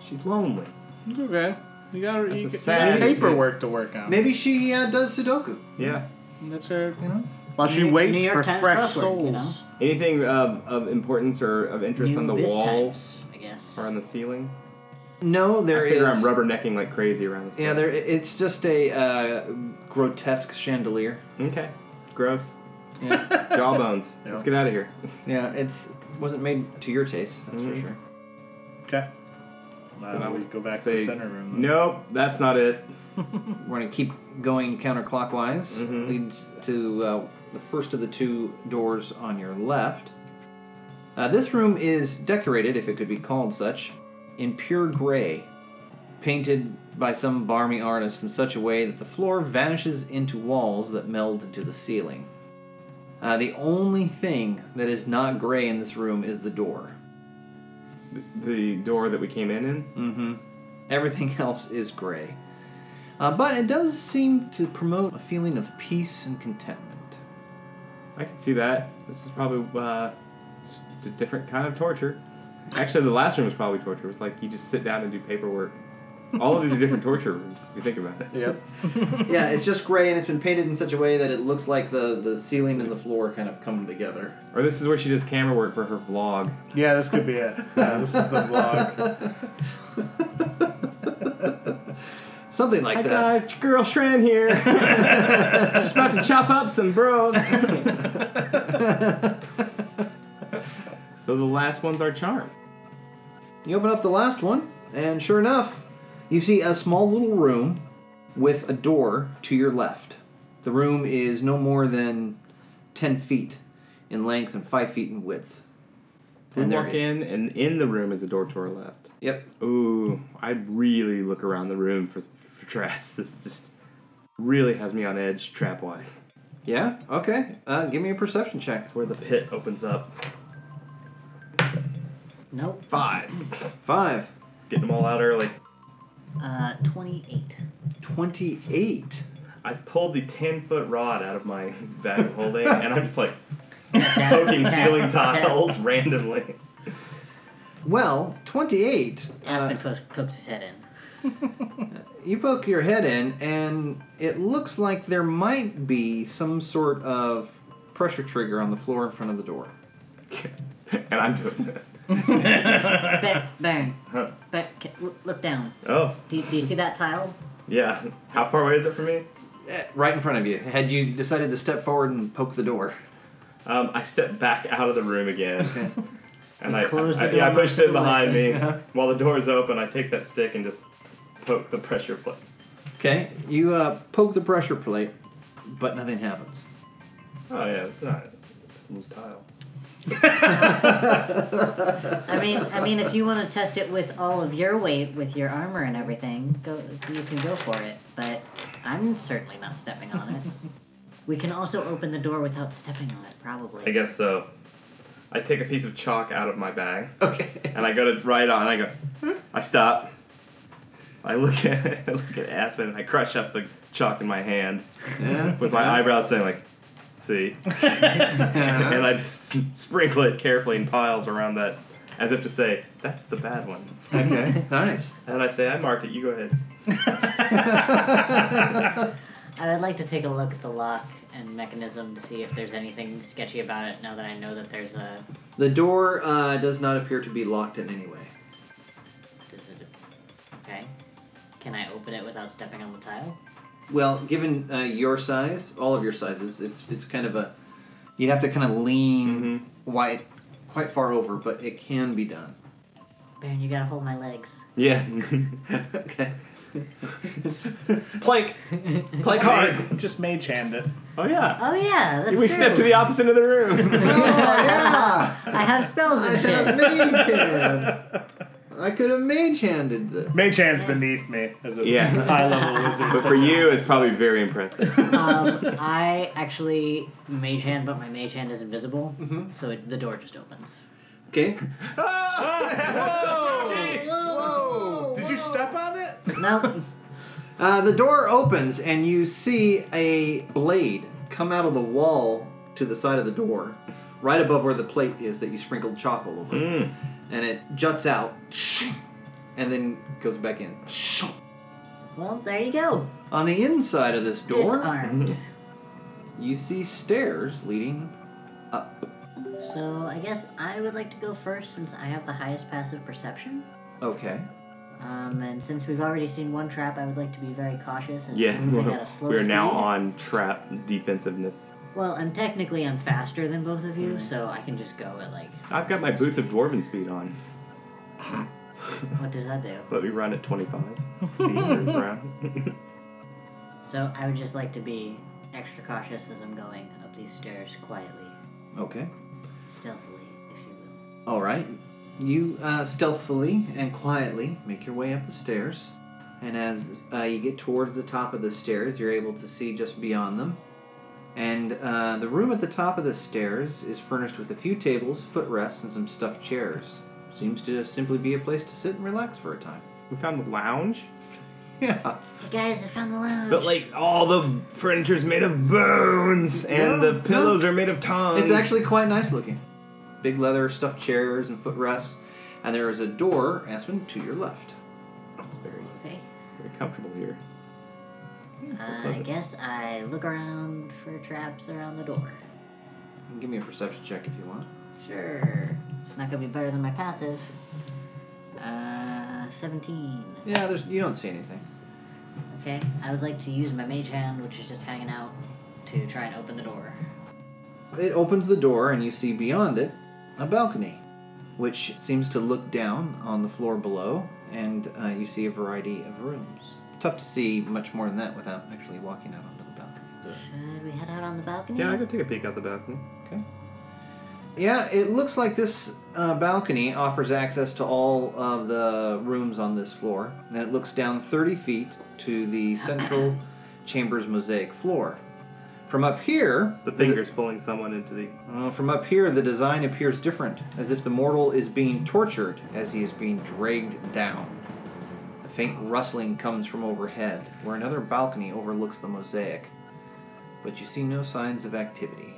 S1: she's lonely.
S2: It's okay. You got
S1: That's
S2: you
S1: a
S2: got
S1: sad-
S2: paperwork to work on.
S3: Maybe she uh, does Sudoku.
S1: Yeah.
S2: That's her, you know. While she
S4: New-
S2: waits
S4: New York
S2: for
S4: Times
S2: fresh
S4: crossword, you
S2: souls.
S1: Anything of, of importance or of interest
S4: New
S1: on the
S4: biz
S1: walls
S4: types, I guess.
S1: or on the ceiling?
S3: No,
S1: I
S3: there is.
S1: figure I'm rubbernecking like crazy around this.
S3: Yeah, there. it- It's just a uh, grotesque chandelier.
S1: place. Okay. Gross.
S3: Yeah,
S1: (laughs) Jawbones. Let's get out of here.
S3: yeah. It's wasn't made to your taste, that's for
S1: Mhm.
S3: sure.
S2: Okay.
S1: Then I
S2: Now we
S1: would
S2: go back
S1: say,
S2: to the center room.
S1: Nope, that's not it.
S3: We're gonna keep going counterclockwise.
S1: Mhm.
S3: Leads to uh, the first of the two doors on your left. Uh, this room is decorated, if it could be called such, in pure gray, painted by some barmy artist in such a way that the floor vanishes into walls that meld into the ceiling. Uh, the only thing that is not gray in this room is the door.
S1: The door that we came in in.
S3: Mm-hmm. Everything (laughs) else is gray. Uh, but it does seem to promote a feeling of peace and contentment.
S1: I can see that. This is probably uh, just a different kind of torture. Actually, the last room was probably torture. It was like you just sit down and do paperwork. All of these are different torture rooms. If you think about it.
S2: Yep.
S3: yeah, it's just gray and it's been painted in such a way that it looks like the, the ceiling and the floor kind of come together.
S1: Or this is where she does camera work for her vlog.
S2: Yeah, this could be it. Yeah, this is the vlog.
S3: Something like that.
S1: it's your girl Shran here. just about to chop up some bros. so the last one's our charm.
S3: You open up the last one, and sure enough, you see a small little room with a door to your left. The room is no more than 10 feet in length and 5 feet in width.
S1: We
S3: And there
S1: walk
S3: it-
S1: in, and in the room is a door to our left.
S3: Yep.
S1: Ooh, I really look around the room for, for traps. (laughs) This just really has me on edge, trap wise.
S3: Yeah? Okay. Uh, give me a perception check.
S1: Where the pit opens up.
S9: Nope.
S1: Five.
S3: Five.
S4: Uh,
S1: (laughs) Getting them all out early.
S9: Uh, 28.
S3: 28.
S1: I pulled the ten foot rod out of my bag of holding, and I'm just like
S4: Tap,
S1: poking
S4: tap, (laughs)
S1: ceiling
S4: tap.
S1: tiles (laughs) randomly.
S3: Well, 28.
S4: Aspen
S3: uh,
S4: po- pokes his head
S1: (laughs)
S4: in.
S3: you poke your head in, and it looks like there might be some sort of pressure trigger on the floor in front of the door.
S1: and I'm doing that.
S4: Ba- Baron,
S1: Huh.
S4: ba- ca- look- look down.
S1: Oh,
S4: Do, do you see that tile?
S1: yeah. How far away is it from me?
S3: Eh, Right in front of you. Had you decided to step forward and poke the door?
S1: Um, I stepped back out of the room again. (laughs) And I,
S11: closed the
S1: I,
S11: door
S1: yeah, I pushed
S11: most
S1: it behind me. While the door is open, I take that stick and just poke the pressure plate.
S3: Okay, you uh, poke the pressure plate, but nothing happens. (laughs)
S1: Oh, yeah, it's not it's loose tile.
S4: I mean, I mean, if you want to test it with all of your weight, with your armor and everything, go. You can go for it. But I'm certainly not stepping on it.
S1: (laughs)
S4: we can also open the door without stepping on it, probably.
S1: I guess so. I take a piece of chalk out of my bag
S3: Okay.
S1: and I go to write on. I go,
S11: Hmm?
S1: I stop. I look (laughs) at I look at Aspen and I crush up the chalk in my hand
S3: Yeah.
S1: with my eyebrows saying like, (laughs) "See," and I just sprinkle it carefully in piles around that, as if to say, "That's the bad one."
S3: Okay. nice.
S1: And I say, "I marked it. You go (laughs) ahead."
S4: I would like to take a look at the lock and mechanism to see if there's anything sketchy about it. Now that I know that there's a,
S3: The door uh, does not appear to be locked in any way.
S4: does it, okay? Can I open it without stepping on the tile?
S3: Well, given uh, your size, all of your sizes, it's it's kind of a you'd have to kind of lean wide, quite far over, but it can be done.
S4: Baron, you gotta hold my legs.
S1: Yeah.
S3: Okay. plank, plank hard.
S2: Mage- Just mage hand it.
S1: oh yeah.
S4: Oh yeah, that's
S1: we
S4: true.
S1: step to the opposite of the
S3: Oh,
S1: room.
S4: I have spells
S3: (laughs)
S4: and
S3: I
S4: shit.
S3: mage hand. I could have mage handed this.
S2: Mage hand's beneath me as a (laughs)
S1: Yeah.
S2: high level
S1: (laughs)
S2: wizard.
S1: but for you, it's probably very (laughs) impressive.
S4: Um, I actually mage hand, but my mage hand is invisible, so it, the door just opens.
S3: Okay.
S1: Oh,
S2: Did you step on it?
S4: No,
S3: Uh, the door opens and you see a blade come out of the wall to the side of the door, right above where the plate is that you sprinkled chalk all over. And it juts out and then goes back in.
S4: well there you go.
S3: On the inside of this door,
S4: Disarmed.
S3: you see stairs leading up.
S4: So I guess I would like to go first since I have the highest passive perception.
S3: Okay.
S4: Um, and since we've already seen one trap, I would like to be very cautious and
S1: Yeah.
S4: move it at a slow
S1: We're now
S4: speed.
S1: on trap defensiveness.
S4: Well, I'm technically I'm faster than both of you,
S1: Mm.
S4: so I can just go at like
S1: I've got my boots of dwarven speed on.
S4: what does that do?
S1: Let me run at 25.
S3: (laughs)
S1: Meters around.
S4: So I would just like to be extra cautious as I'm going up these stairs quietly,
S3: Okay.
S4: stealthily, if you will.
S3: All right. You uh, stealthily and quietly make your way up the stairs. And as uh, you get towards the top of the stairs, you're able to see just beyond them. And uh, the room at the top of the stairs is furnished with a few tables, footrests, and some stuffed chairs. Seems to simply be a place to sit and relax for a time.
S1: we found the lounge,
S3: (laughs) Yeah.
S4: Hey guys, I found the lounge.
S1: but like all the furniture's made of bones, and
S3: Yeah,
S1: the pillows are made of
S3: (laughs)
S1: tongues.
S3: It's actually quite nice looking. Big leather stuffed chairs and footrests. And there is a door, Aspen, to your left.
S1: It's very,
S4: okay.
S1: very comfortable here. Hmm,
S4: Uh, I guess I look around for traps around the door.
S3: Give me a perception check if you want.
S4: Sure. It's not gonna be better than my passive. Uh, 17.
S3: Yeah, there's you don't see anything.
S4: Okay, I would like to use my mage hand, which is just hanging out, to try and open the door.
S3: It opens the door, and you see beyond it a balcony, which seems to look down on the floor below, and uh, you see a variety of rooms. Tough to see much more than that without actually walking out onto the balcony.
S4: Should we head out on the balcony?
S1: Yeah, I could take a peek out the balcony.
S3: Okay. Yeah, it looks like this uh, balcony offers access to all of the rooms on this floor, and it looks down 30 feet to the central chamber's mosaic floor. From up here,
S1: The fingers pulling someone into the.
S3: Uh, from up here, the design appears different, as if the mortal is being tortured as he is being dragged down. The faint rustling comes from overhead, where another balcony overlooks the mosaic. But you see no signs of activity.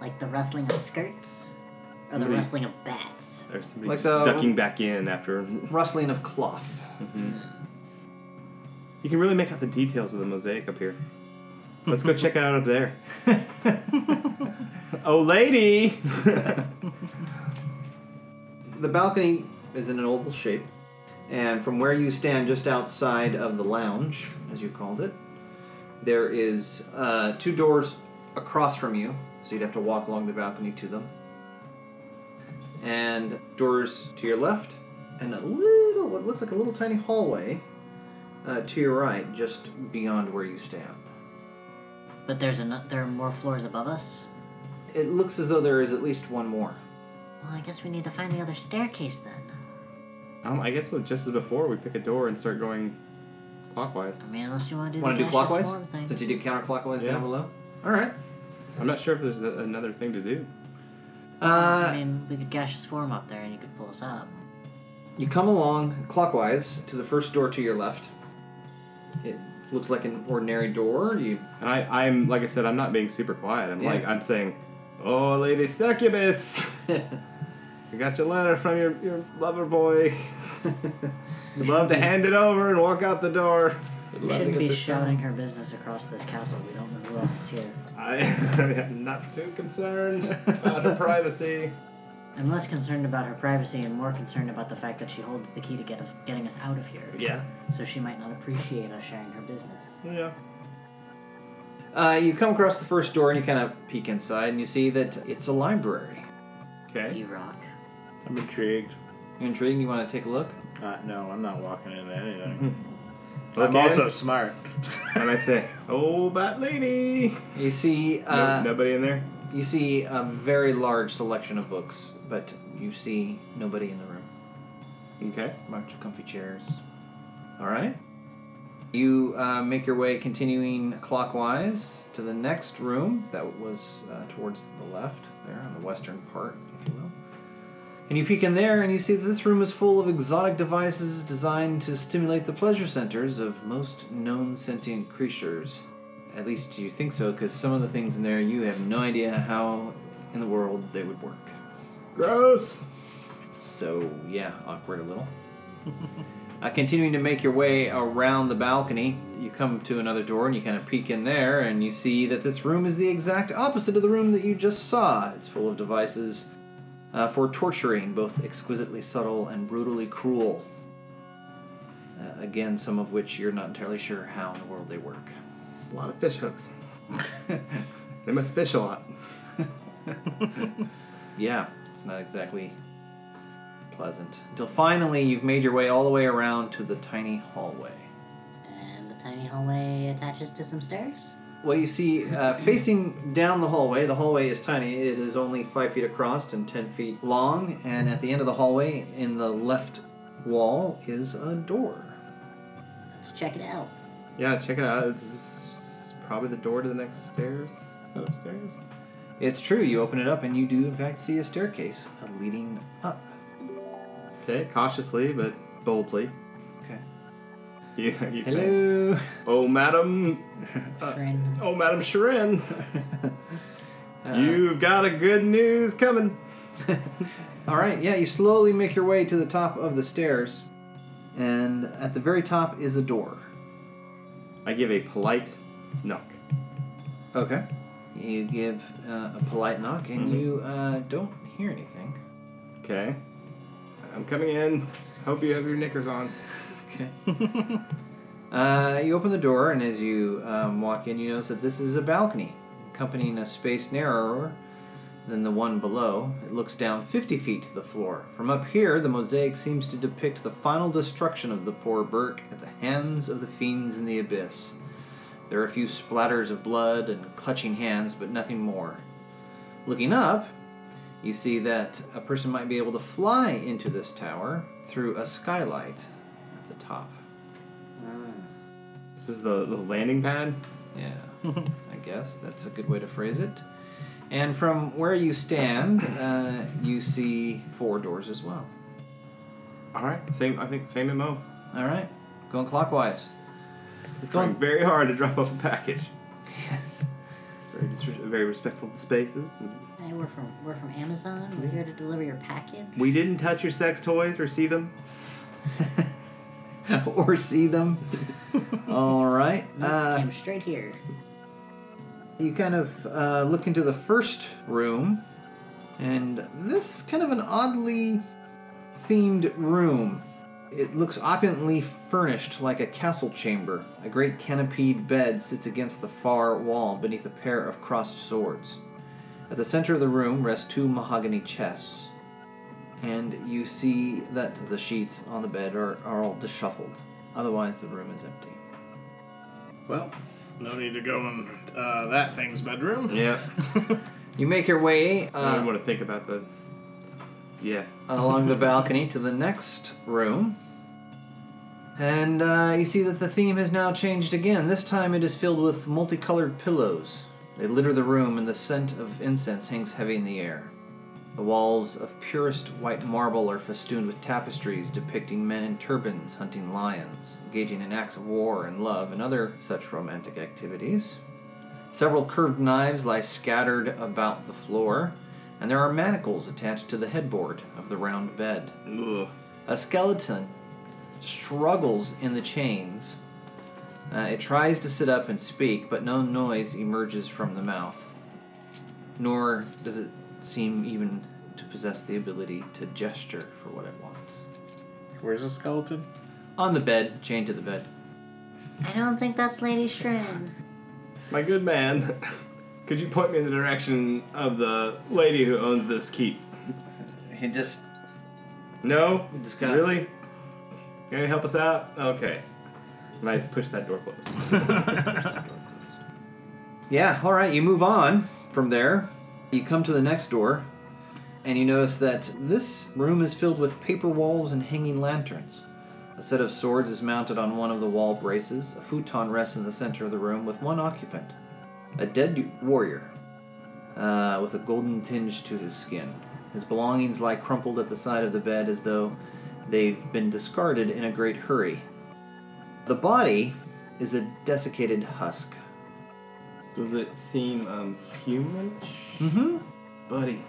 S9: Like the rustling of skirts? Or the
S1: Somebody-
S9: rustling of bats?
S1: There's somebody
S3: Like
S1: just
S3: the-
S1: ducking back in after. (laughs)
S3: Rustling of cloth.
S1: You can really make out the details of the mosaic up here. Let's go check it out
S3: (laughs)
S1: up there. (laughs) oh, lady!
S3: The balcony is in an oval shape, and from where you stand just outside of the lounge, as you called it, there is uh, two doors across from you, so you'd have to walk along the balcony to them. And doors to your left, and a little, what looks like a little tiny hallway uh, to your right, just beyond where you stand.
S9: But there's an, there are more floors above us?
S3: It looks as though there is at least one more.
S9: Well, I guess we need to find the other staircase then.
S1: um, I guess with just as before, we pick a door and start going clockwise.
S9: I mean, unless you want to do
S3: Want
S9: the
S3: to do
S9: gaseous
S3: clockwise?
S9: form thing.
S3: Since you did counterclockwise
S1: Yeah.
S3: down below? Alright.
S1: I'm not sure if there's a- another thing to do.
S3: Uh,
S9: I mean, we could gaseous form up there and you could pull us up.
S3: You come along clockwise to the first door to your left. It looks like an ordinary door. You (laughs)
S1: And I, I'm like I said, I'm not being super quiet. I'm
S3: Yeah.
S1: like I'm saying, "Oh, lady succubus, (laughs) I got your letter from your, your lover (laughs) boy. Would love to hand it over and walk out the door."
S9: We shouldn't be shouting her business across this castle. We don't know who else is here.
S1: I (laughs) am not too concerned about (laughs) her privacy.
S9: I'm less concerned about her privacy and more concerned about the fact that she holds the key to get us getting us out of here.
S1: Yeah,
S9: So she might not appreciate us sharing her business.
S1: yeah.
S3: uh, you come across the first door and you kind of peek inside and you see that it's a library.
S1: Okay.
S9: You rock.
S2: I'm intrigued.
S3: You're intrigued. You want to take a look?
S2: Uh, no, I'm not walking into anything.
S1: Look
S2: Hmm. I'm
S1: in.
S2: also smart. (laughs)
S1: And I say, "Oh, bat lady."
S3: You see,
S1: No,
S3: uh,
S1: nobody in there.
S3: you see a very large selection of books, but you see nobody in the room.
S1: Okay.
S3: bunch of comfy chairs. All right. You uh, make your way continuing clockwise to the next room that was uh, towards the left, there on the western part, if you will. And you peek in there and you see that this room is full of exotic devices designed to stimulate the pleasure centers of most known sentient creatures. At least you think so, because some of the things in there you have no idea how in the world they would work.
S1: Gross.
S3: So yeah, awkward a little. (laughs) uh, continuing to make your way around the balcony, you come to another door and you kind of peek in there, and you see that this room is the exact opposite of the room that you just saw. It's full of devices uh, for torturing, both exquisitely subtle and brutally cruel. Uh, again, some of which you're not entirely sure how in the world they work.
S1: A lot of fish hooks. (laughs) they must fish a lot.
S3: Yeah, it's not exactly pleasant. Until finally, you've made your way all the way around to the tiny hallway.
S9: And the tiny hallway attaches to some stairs?
S3: Well, you see, uh, facing down the hallway, the hallway is tiny. It is only five feet across and ten feet long. And at the end of the hallway, in the left wall, is a door.
S9: Let's check it out.
S1: Yeah, check it out. This is probably the door to the next stairs. Set of stairs.
S3: It's true. You open it up, and you do in fact see a staircase uh, leading up.
S1: Okay, cautiously but boldly. (laughs)
S3: Okay.
S1: You, you say,
S3: Hello.
S1: "Oh, madam,
S2: Uh,
S9: Friend.
S1: oh,
S3: (laughs)
S1: madam Sharin, (laughs) you've got a good news coming."
S3: All right. Yeah, you slowly make your way to the top of the stairs, and at the very top is a door.
S1: I give a polite knock.
S3: Okay. You give uh, a polite knock, and you uh, don't hear anything.
S1: Okay. I'm coming in. Hope you have your knickers on.
S3: Okay. (laughs) uh, you open the door, and as you um, walk in, you notice that this is a balcony, accompanying a space narrower than the one below. It looks down 50 feet to the floor. From up here, the mosaic seems to depict the final destruction of the poor Burke at the hands of the fiends in the abyss. There are a few splatters of blood and clutching hands, but nothing more. Looking up, you see that a person might be able to fly into this tower through a skylight at the top.
S2: uh,
S1: This is the, the landing pad.
S3: Yeah, I guess that's a good way to phrase it. And from where you stand, uh, you see four doors as well.
S1: All right. Same. I think same mo.
S3: All right. Going clockwise.
S1: Trying very hard to drop off a package.
S3: Yes.
S1: Very, dis- very respectful of spaces.
S9: Hey, we're from we're from Amazon. We're here to deliver your package.
S1: We didn't touch your sex toys or see them.
S3: (laughs) or see them. All right. Uh,
S9: Came straight here.
S3: you kind of uh, look into the first room, and this is kind of an oddly themed room. It looks opulently furnished like a castle chamber. A great canopied bed sits against the far wall beneath a pair of crossed swords. At the center of the room rest two mahogany chests, and you see that the sheets on the bed are, are all disheveled. Otherwise, the room is empty.
S2: Well, no need to go in uh, that thing's bedroom.
S1: Yeah.
S3: You make your way.
S1: I
S3: Uh,
S1: don't want to think about the. Yeah.
S3: along the balcony to the next room. And uh, you see that the theme has now changed again. This time it is filled with multicolored pillows. They litter the room, and the scent of incense hangs heavy in the air. The walls of purest white marble are festooned with tapestries depicting men in turbans hunting lions, engaging in acts of war and love, and other such romantic activities. Several curved knives lie scattered about the floor, and there are manacles attached to the headboard of the round bed.
S1: Ugh.
S3: A skeleton struggles in the chains. Uh, it tries to sit up and speak, but no noise emerges from the mouth. Nor does it seem even to possess the ability to gesture for what it wants.
S2: Where's the (laughs) skeleton?
S3: On the bed, chained to the bed.
S9: I don't think that's Lady Shrin.
S1: My good man, (laughs) could you point me in the direction of the lady who owns this keep?
S3: He just
S1: No?
S3: This guy.
S1: Really? Can you help us out? Okay. Nice. Push that door closed. (laughs)
S3: Yeah, all right, you move on from there. You come to the next door, and you notice that this room is filled with paper walls and hanging lanterns. A set of swords is mounted on one of the wall braces. A futon rests in the center of the room with one occupant a dead warrior uh, with a golden tinge to his skin. His belongings lie crumpled at the side of the bed as though they've been discarded in a great hurry. The body is a desiccated husk.
S1: Does it seem um, human?
S3: Mm
S1: Mm-hmm.
S3: hmm.
S1: Buddy,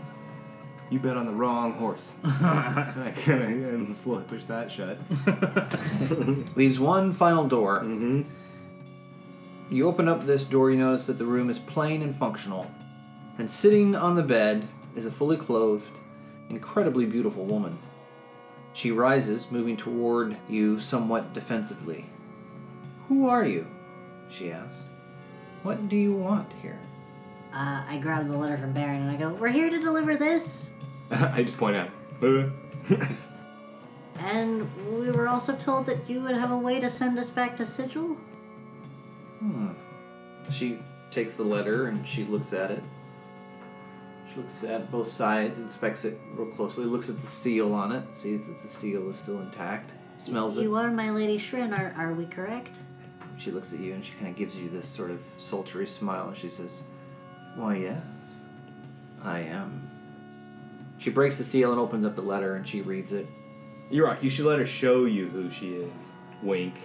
S1: you bet on the wrong (laughs) horse. I can slowly push that shut. (laughs)
S3: leaves one final door.
S1: Mm-hmm.
S3: You open up this door, you notice that the room is plain and functional. And sitting on the bed is a fully clothed, incredibly beautiful woman. She rises, moving toward you somewhat defensively. Who are you? she asks. What do you want here?
S9: Uh, I grab the letter from Baron and I go, "We're here to deliver this."
S1: I just point out.
S9: And we were also told that you would have a way to send us back to Sigil.
S3: She takes the letter and she looks at it. She looks at both sides, inspects it real closely, looks at the seal on it, sees that the seal is still intact, smells it.
S9: You are my Lady Shrin. Are are we correct?
S3: She looks at you and she kind of gives you this sort of sultry smile and she says, Why, yes, I am. She breaks the seal and opens up the letter and she reads it.
S1: Yurok, you should let her show you who she is. Wink.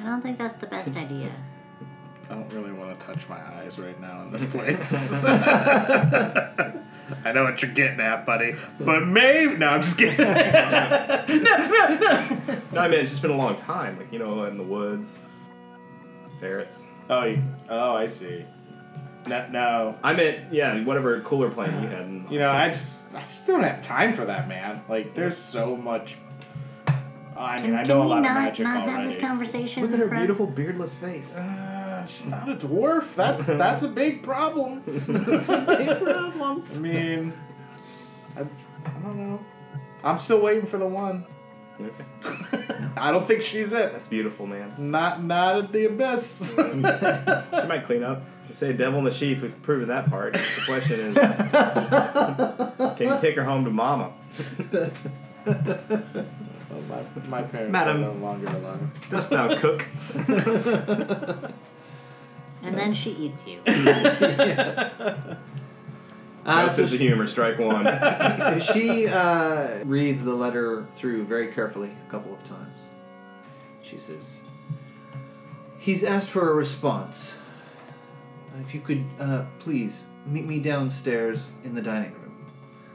S9: I don't think that's the
S2: (laughs)
S9: best idea.
S2: I don't really want to touch my eyes right now in this place. (laughs) I know what you're getting at, buddy. But maybe. No, I'm just kidding. (laughs)
S1: No, I mean, it's just been a long time. Like, you know, in the woods. Ferrets.
S2: Oh, you, oh, I see. No, no.
S1: I meant, yeah, whatever cooler plan you had. in-
S2: You know, I just, I just don't have time for that, man. Like, there's so much. I mean,
S9: Can,
S2: I
S9: can
S2: know a
S9: we
S2: lot
S9: not,
S2: of magic
S9: not
S2: already.
S9: have this conversation
S1: Look
S9: in
S1: at her
S9: front?
S1: beautiful beardless face.
S2: Uh, she's not a dwarf. That's that's a
S9: (laughs)
S2: big problem. that's a big problem. I mean, I, I don't know. I'm still waiting for the one.
S1: Okay.
S2: I don't think she's it.
S1: That's beautiful, man.
S2: Not not at the abyss. (laughs)
S1: She might clean up. They say devil in the sheets, we've proven that part. The question is can (laughs) you take her home to mama?
S2: Well, my, my parents
S1: Madam.
S2: are no longer alive.
S1: Dost thou cook?
S9: And then she eats
S2: (laughs)
S9: you.
S3: Uh,
S1: No
S3: so
S1: sense of
S3: she,
S1: humor, strike (laughs) one.
S3: (laughs) she, uh, reads the letter through very carefully a couple of times. She says, He's asked for a response. If you could, uh, please, meet me downstairs in the dining room.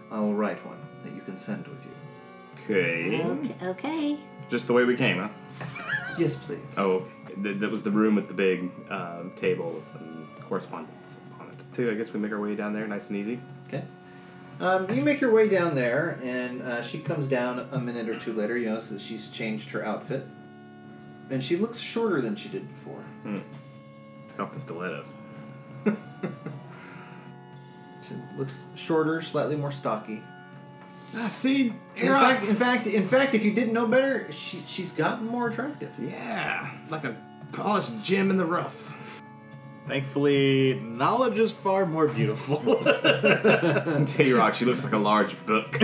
S3: I will write one that you can send with you.
S1: Okay.
S9: Okay. okay.
S1: Just the way we came, huh?
S3: Yes, please.
S1: Oh, th- that was the room with the big uh, table with some correspondence on it. So I guess we make our way down there, nice and easy.
S3: Okay. Um, you make your way down there, and uh, she comes down a minute or two later. You notice that she's changed her outfit, and she looks shorter than she did before.
S1: Got the stilettos.
S3: She looks shorter, slightly more stocky.
S2: Ah, see,
S3: In fact, in fact, in fact, if you didn't know better, she, she's gotten more attractive.
S2: Yeah, like a polished gem in
S1: (laughs)
S2: the rough. Thankfully, knowledge is far more beautiful. (laughs)
S1: Tay Rock, she looks like a large book.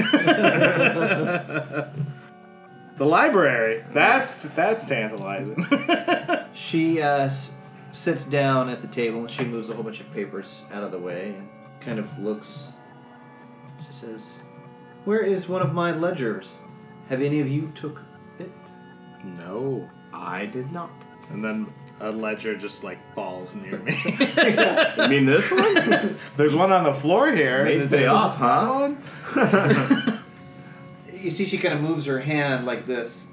S2: The library. That's that's tantalizing. (laughs)
S3: She uh, s- sits down at the table and she moves a whole bunch of papers out of the way and kind of looks. She says, "Where is one of my ledgers? Have any of you took it?"
S2: no.
S1: (laughs) I did not.
S2: And then a ledger just like falls near me.
S1: (laughs)
S2: (laughs)
S1: You mean this one?
S2: There's one on the floor here.
S1: Made
S2: Is
S1: day
S2: there
S1: off,
S2: one on
S1: huh?
S2: that one?
S3: You see, she kind of moves her hand like this,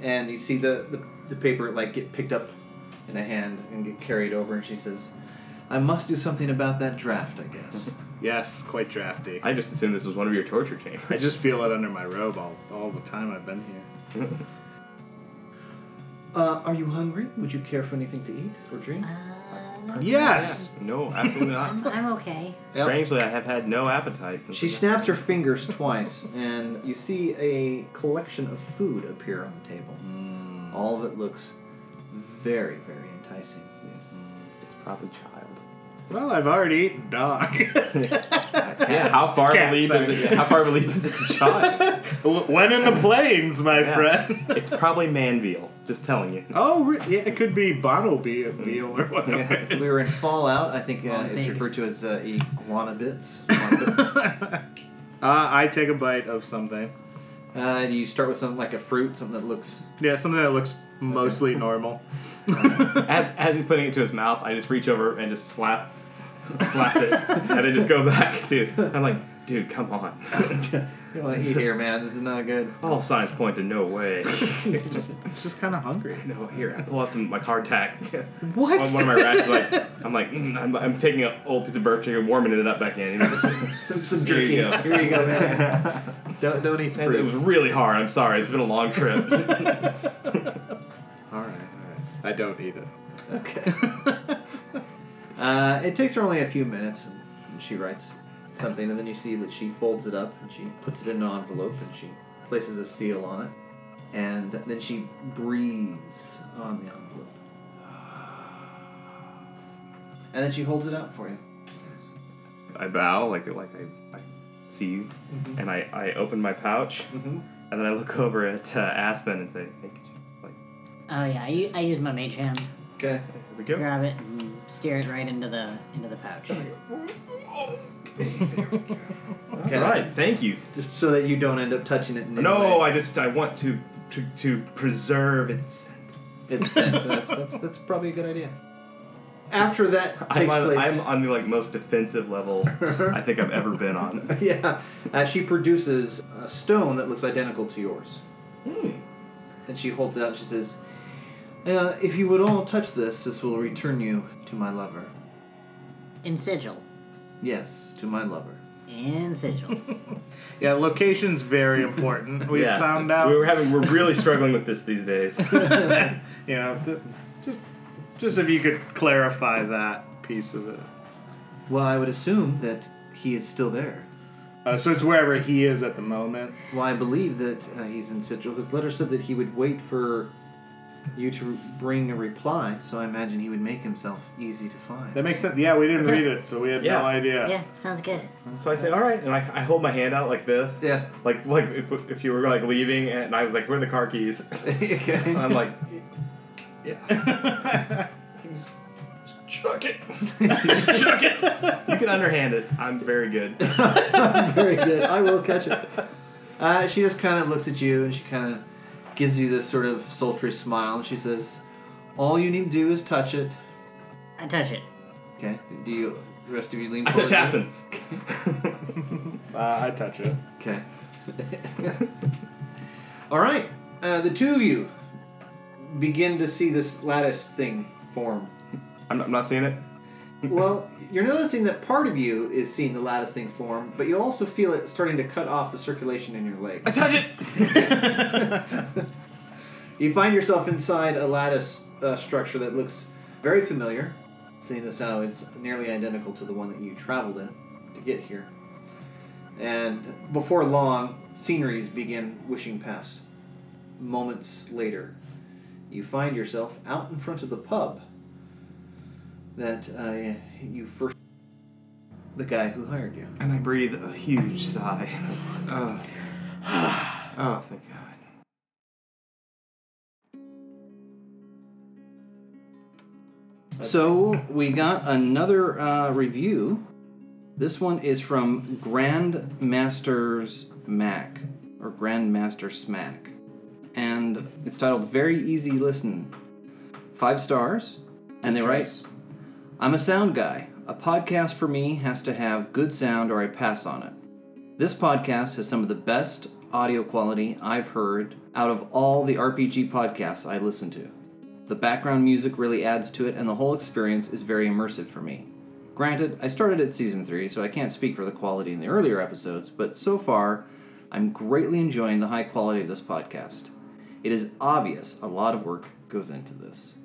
S3: and you see the, the, the paper like get picked up in a hand and get carried over, and she says, "I must do something about that draft, I guess."
S2: Yes, quite drafty. I,
S1: I just assumed this was one of your torture chambers.
S2: just
S1: (laughs)
S2: feel it under my robe all, all the time I've been here.
S3: uh, are you hungry? Would you care for anything to eat or
S2: (laughs)
S3: drink?
S9: Uh,
S2: Yes.
S1: No, absolutely not.
S4: (laughs)
S9: I'm, I'm
S2: (laughs)
S9: okay.
S3: Yep.
S1: Strangely, I have had no appetite. Since
S3: She snaps her fingers twice, and you see a collection of food appear on the table.
S1: Mm.
S3: All of it looks very, very enticing.
S1: It's probably child.
S2: Well, I've already eaten dog. (laughs)
S1: Yeah, how (laughs) far
S2: Cat,
S1: believe
S2: sorry.
S1: is it? How far believe is it to child?
S2: when in the plains, my
S1: Yeah.
S2: friend.
S1: It's probably manveal. Just telling you.
S2: Oh, re- yeah, it could be Bonnelby a meal (laughs) or
S3: (laughs)
S2: whatever.
S3: we were in Fallout. I think uh,
S4: Oh,
S3: it's
S4: baby.
S3: referred to as uh, iguana bits.
S1: (laughs)
S3: Iguana bits.
S2: Uh, I take a bite of something.
S3: Uh, do you start with something like a fruit, something that looks
S2: Yeah, something that looks mostly normal. Uh-huh.
S1: As as he's putting it to his mouth, I just reach over and just slap, slap it, and then just go back to. I'm like, dude, come on.
S3: (laughs) you want to eat here, man? This is not
S1: (laughs)
S3: good.
S1: All signs point to no
S2: (laughs)
S1: way.
S2: just, (laughs) it's just kind of hungry.
S1: No, here, I pull out some like hardtack.
S2: What?
S1: On one of my racks, like I'm like, mm, I'm, I'm taking an old piece of birch and warming it up back in. You know, just-
S2: (laughs)
S3: Some some
S1: Here
S3: jerky.
S1: you go.
S3: Here you go, man.
S1: (laughs)
S3: don't don't eat the
S1: and it was
S3: fruit.
S1: really hard. I'm sorry, it's been a long trip.
S2: (laughs)
S3: All right, all right.
S2: I don't eat it. (laughs)
S3: (laughs) Okay. uh, it takes her only a few minutes, and, and she writes something, and then you see that she folds it up and she puts it in an envelope and she places a seal on it, and then she breathes on the envelope, and then she holds it out for you.
S1: I bow like like I, I see you,
S2: Mm-hmm.
S1: and I, I open my pouch,
S3: Mhm.
S1: and then I look (laughs) over at uh, Aspen and say, hey, could you, like,
S4: Oh yeah, I use, I use my mage hand,
S3: Okay.
S1: here we go.
S4: grab it, and steer it right into the into the pouch.
S3: Okay.
S1: All right, thank you.
S3: Just so that you don't end up touching it. In any
S1: No,
S3: way.
S1: I just I want to to, to preserve its.
S3: It's sent. that's, that's that's probably a good idea. After that
S1: I'm
S3: takes
S1: on,
S3: place.
S1: I'm on the like most defensive level I think I've ever been (laughs) on.
S3: (laughs) yeah. Uh, she produces a stone that looks identical to yours.
S1: Hmm.
S3: And she holds it out and she says, uh, If you would all touch this, this will return you to my lover.
S4: In sigil,
S3: Yes, to my lover.
S4: in sigil.
S2: Yeah, location's very important. We
S1: Yeah.
S2: found out.
S1: we were having we're really struggling with this these (laughs) days.
S2: you know, t- just just if you could clarify that piece of it.
S3: Well, I would assume that he is still there.
S2: Uh, so it's wherever he is at the moment.
S3: Well, I believe that uh, he's in Sigil. His letter said that he would wait for you to bring a reply, so I imagine he would make himself easy to find.
S2: That makes sense. Yeah, we didn't read it, so we had
S1: Yeah.
S2: no idea.
S9: Yeah, sounds good.
S1: so I say, all right, and I, I hold my hand out like this.
S3: (laughs) Yeah. (laughs)
S1: Like like if, if you were like leaving, and I was like, where are the car keys?
S3: okay.
S1: And (laughs) I'm like, yeah. (laughs) Can you just- just Chuck it. Just chuck it. You can underhand it. I'm very good.
S3: Very good. I will catch it. Uh, she just kind of looks at you and she kind of gives you this sort of sultry smile, and she says, "All you need to do is touch it."
S4: I touch it.
S3: Okay. Do you? The rest of you lean.
S1: I
S3: forward.
S1: touch Aspen.
S2: Uh, I touch it.
S3: Okay. (laughs) All right. Uh, the two of you begin to see this lattice thing form.
S1: I'm not, I'm not seeing it.
S3: Well, you're noticing that part of you is seeing the lattice thing form, but you also feel it starting to cut off the circulation in your legs.
S1: touch it.
S3: You find yourself inside a lattice uh, structure that looks very familiar, seeing as how it's nearly identical to the one that you traveled in to get here. And before long, sceneries begin wishing past. Moments later, you find yourself out in front of the pub that uh, you first. The guy who hired you.
S1: And I breathe a huge (sighs) sigh. oh. oh, thank God.
S3: So we got another uh, review. This one is from Grandmaster's Mac or Grandmaster Smack, and it's titled "Very Easy Listen." Five stars, and they write, "I'm a sound guy. A podcast for me has to have good sound, or I pass on it. This podcast has some of the best audio quality I've heard out of all the RPG podcasts I listen to." The background music really adds to it, and the whole experience is very immersive for me. Granted, I started at season 3, so I can't speak for the quality in the earlier episodes, but so far, I'm greatly enjoying the high quality of this podcast. It is obvious a lot of work goes into this.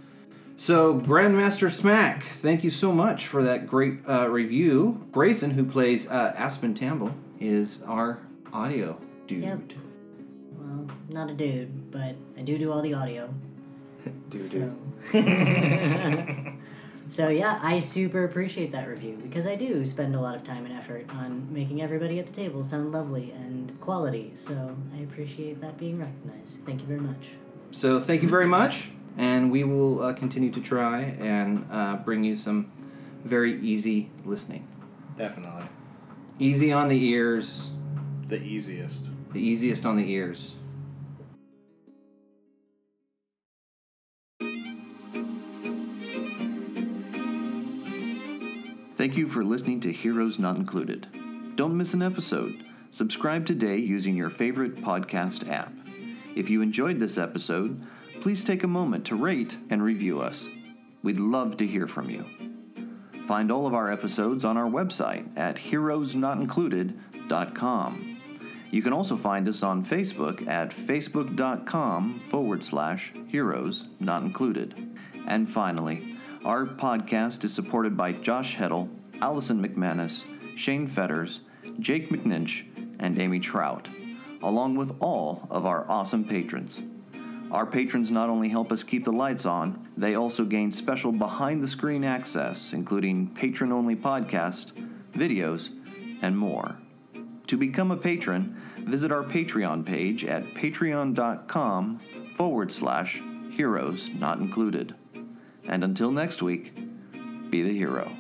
S3: So, Grandmaster Smack, thank you so much for that great uh, review. Grayson, who plays uh, Aspen Tamble, is our audio dude.
S4: Yep. Well, not a dude, but I do do all the audio.
S1: Dude,
S4: So. so (laughs) yeah, I super appreciate that review because I do spend a lot of time and effort on making everybody at the table sound lovely and quality. So I appreciate that being recognized. Thank you very much.
S3: So thank you very much, and we will uh, continue to try and uh, bring you some very easy listening.
S2: Definitely.
S3: Easy on the ears,
S2: The easiest.
S3: the easiest on the ears.
S12: Thank you for listening to Heroes Not Included. Don't miss an episode. Subscribe today using your favorite podcast app. If you enjoyed this episode, please take a moment to rate and review us. We'd love to hear from you. Find all of our episodes on our website at heroesnotincluded.com. You can also find us on Facebook at facebook.com forward slash heroes not included. And finally, our podcast is supported by Josh Heddle, Allison McManus, Shane Fetters, Jake McNinch, and Amy Trout, along with all of our awesome patrons. Our patrons not only help us keep the lights on, they also gain special behind the screen access, including patron only podcasts, videos, and more. To become a patron, visit our Patreon page at patreon.com forward slash heroes not included. And until next week, be the hero.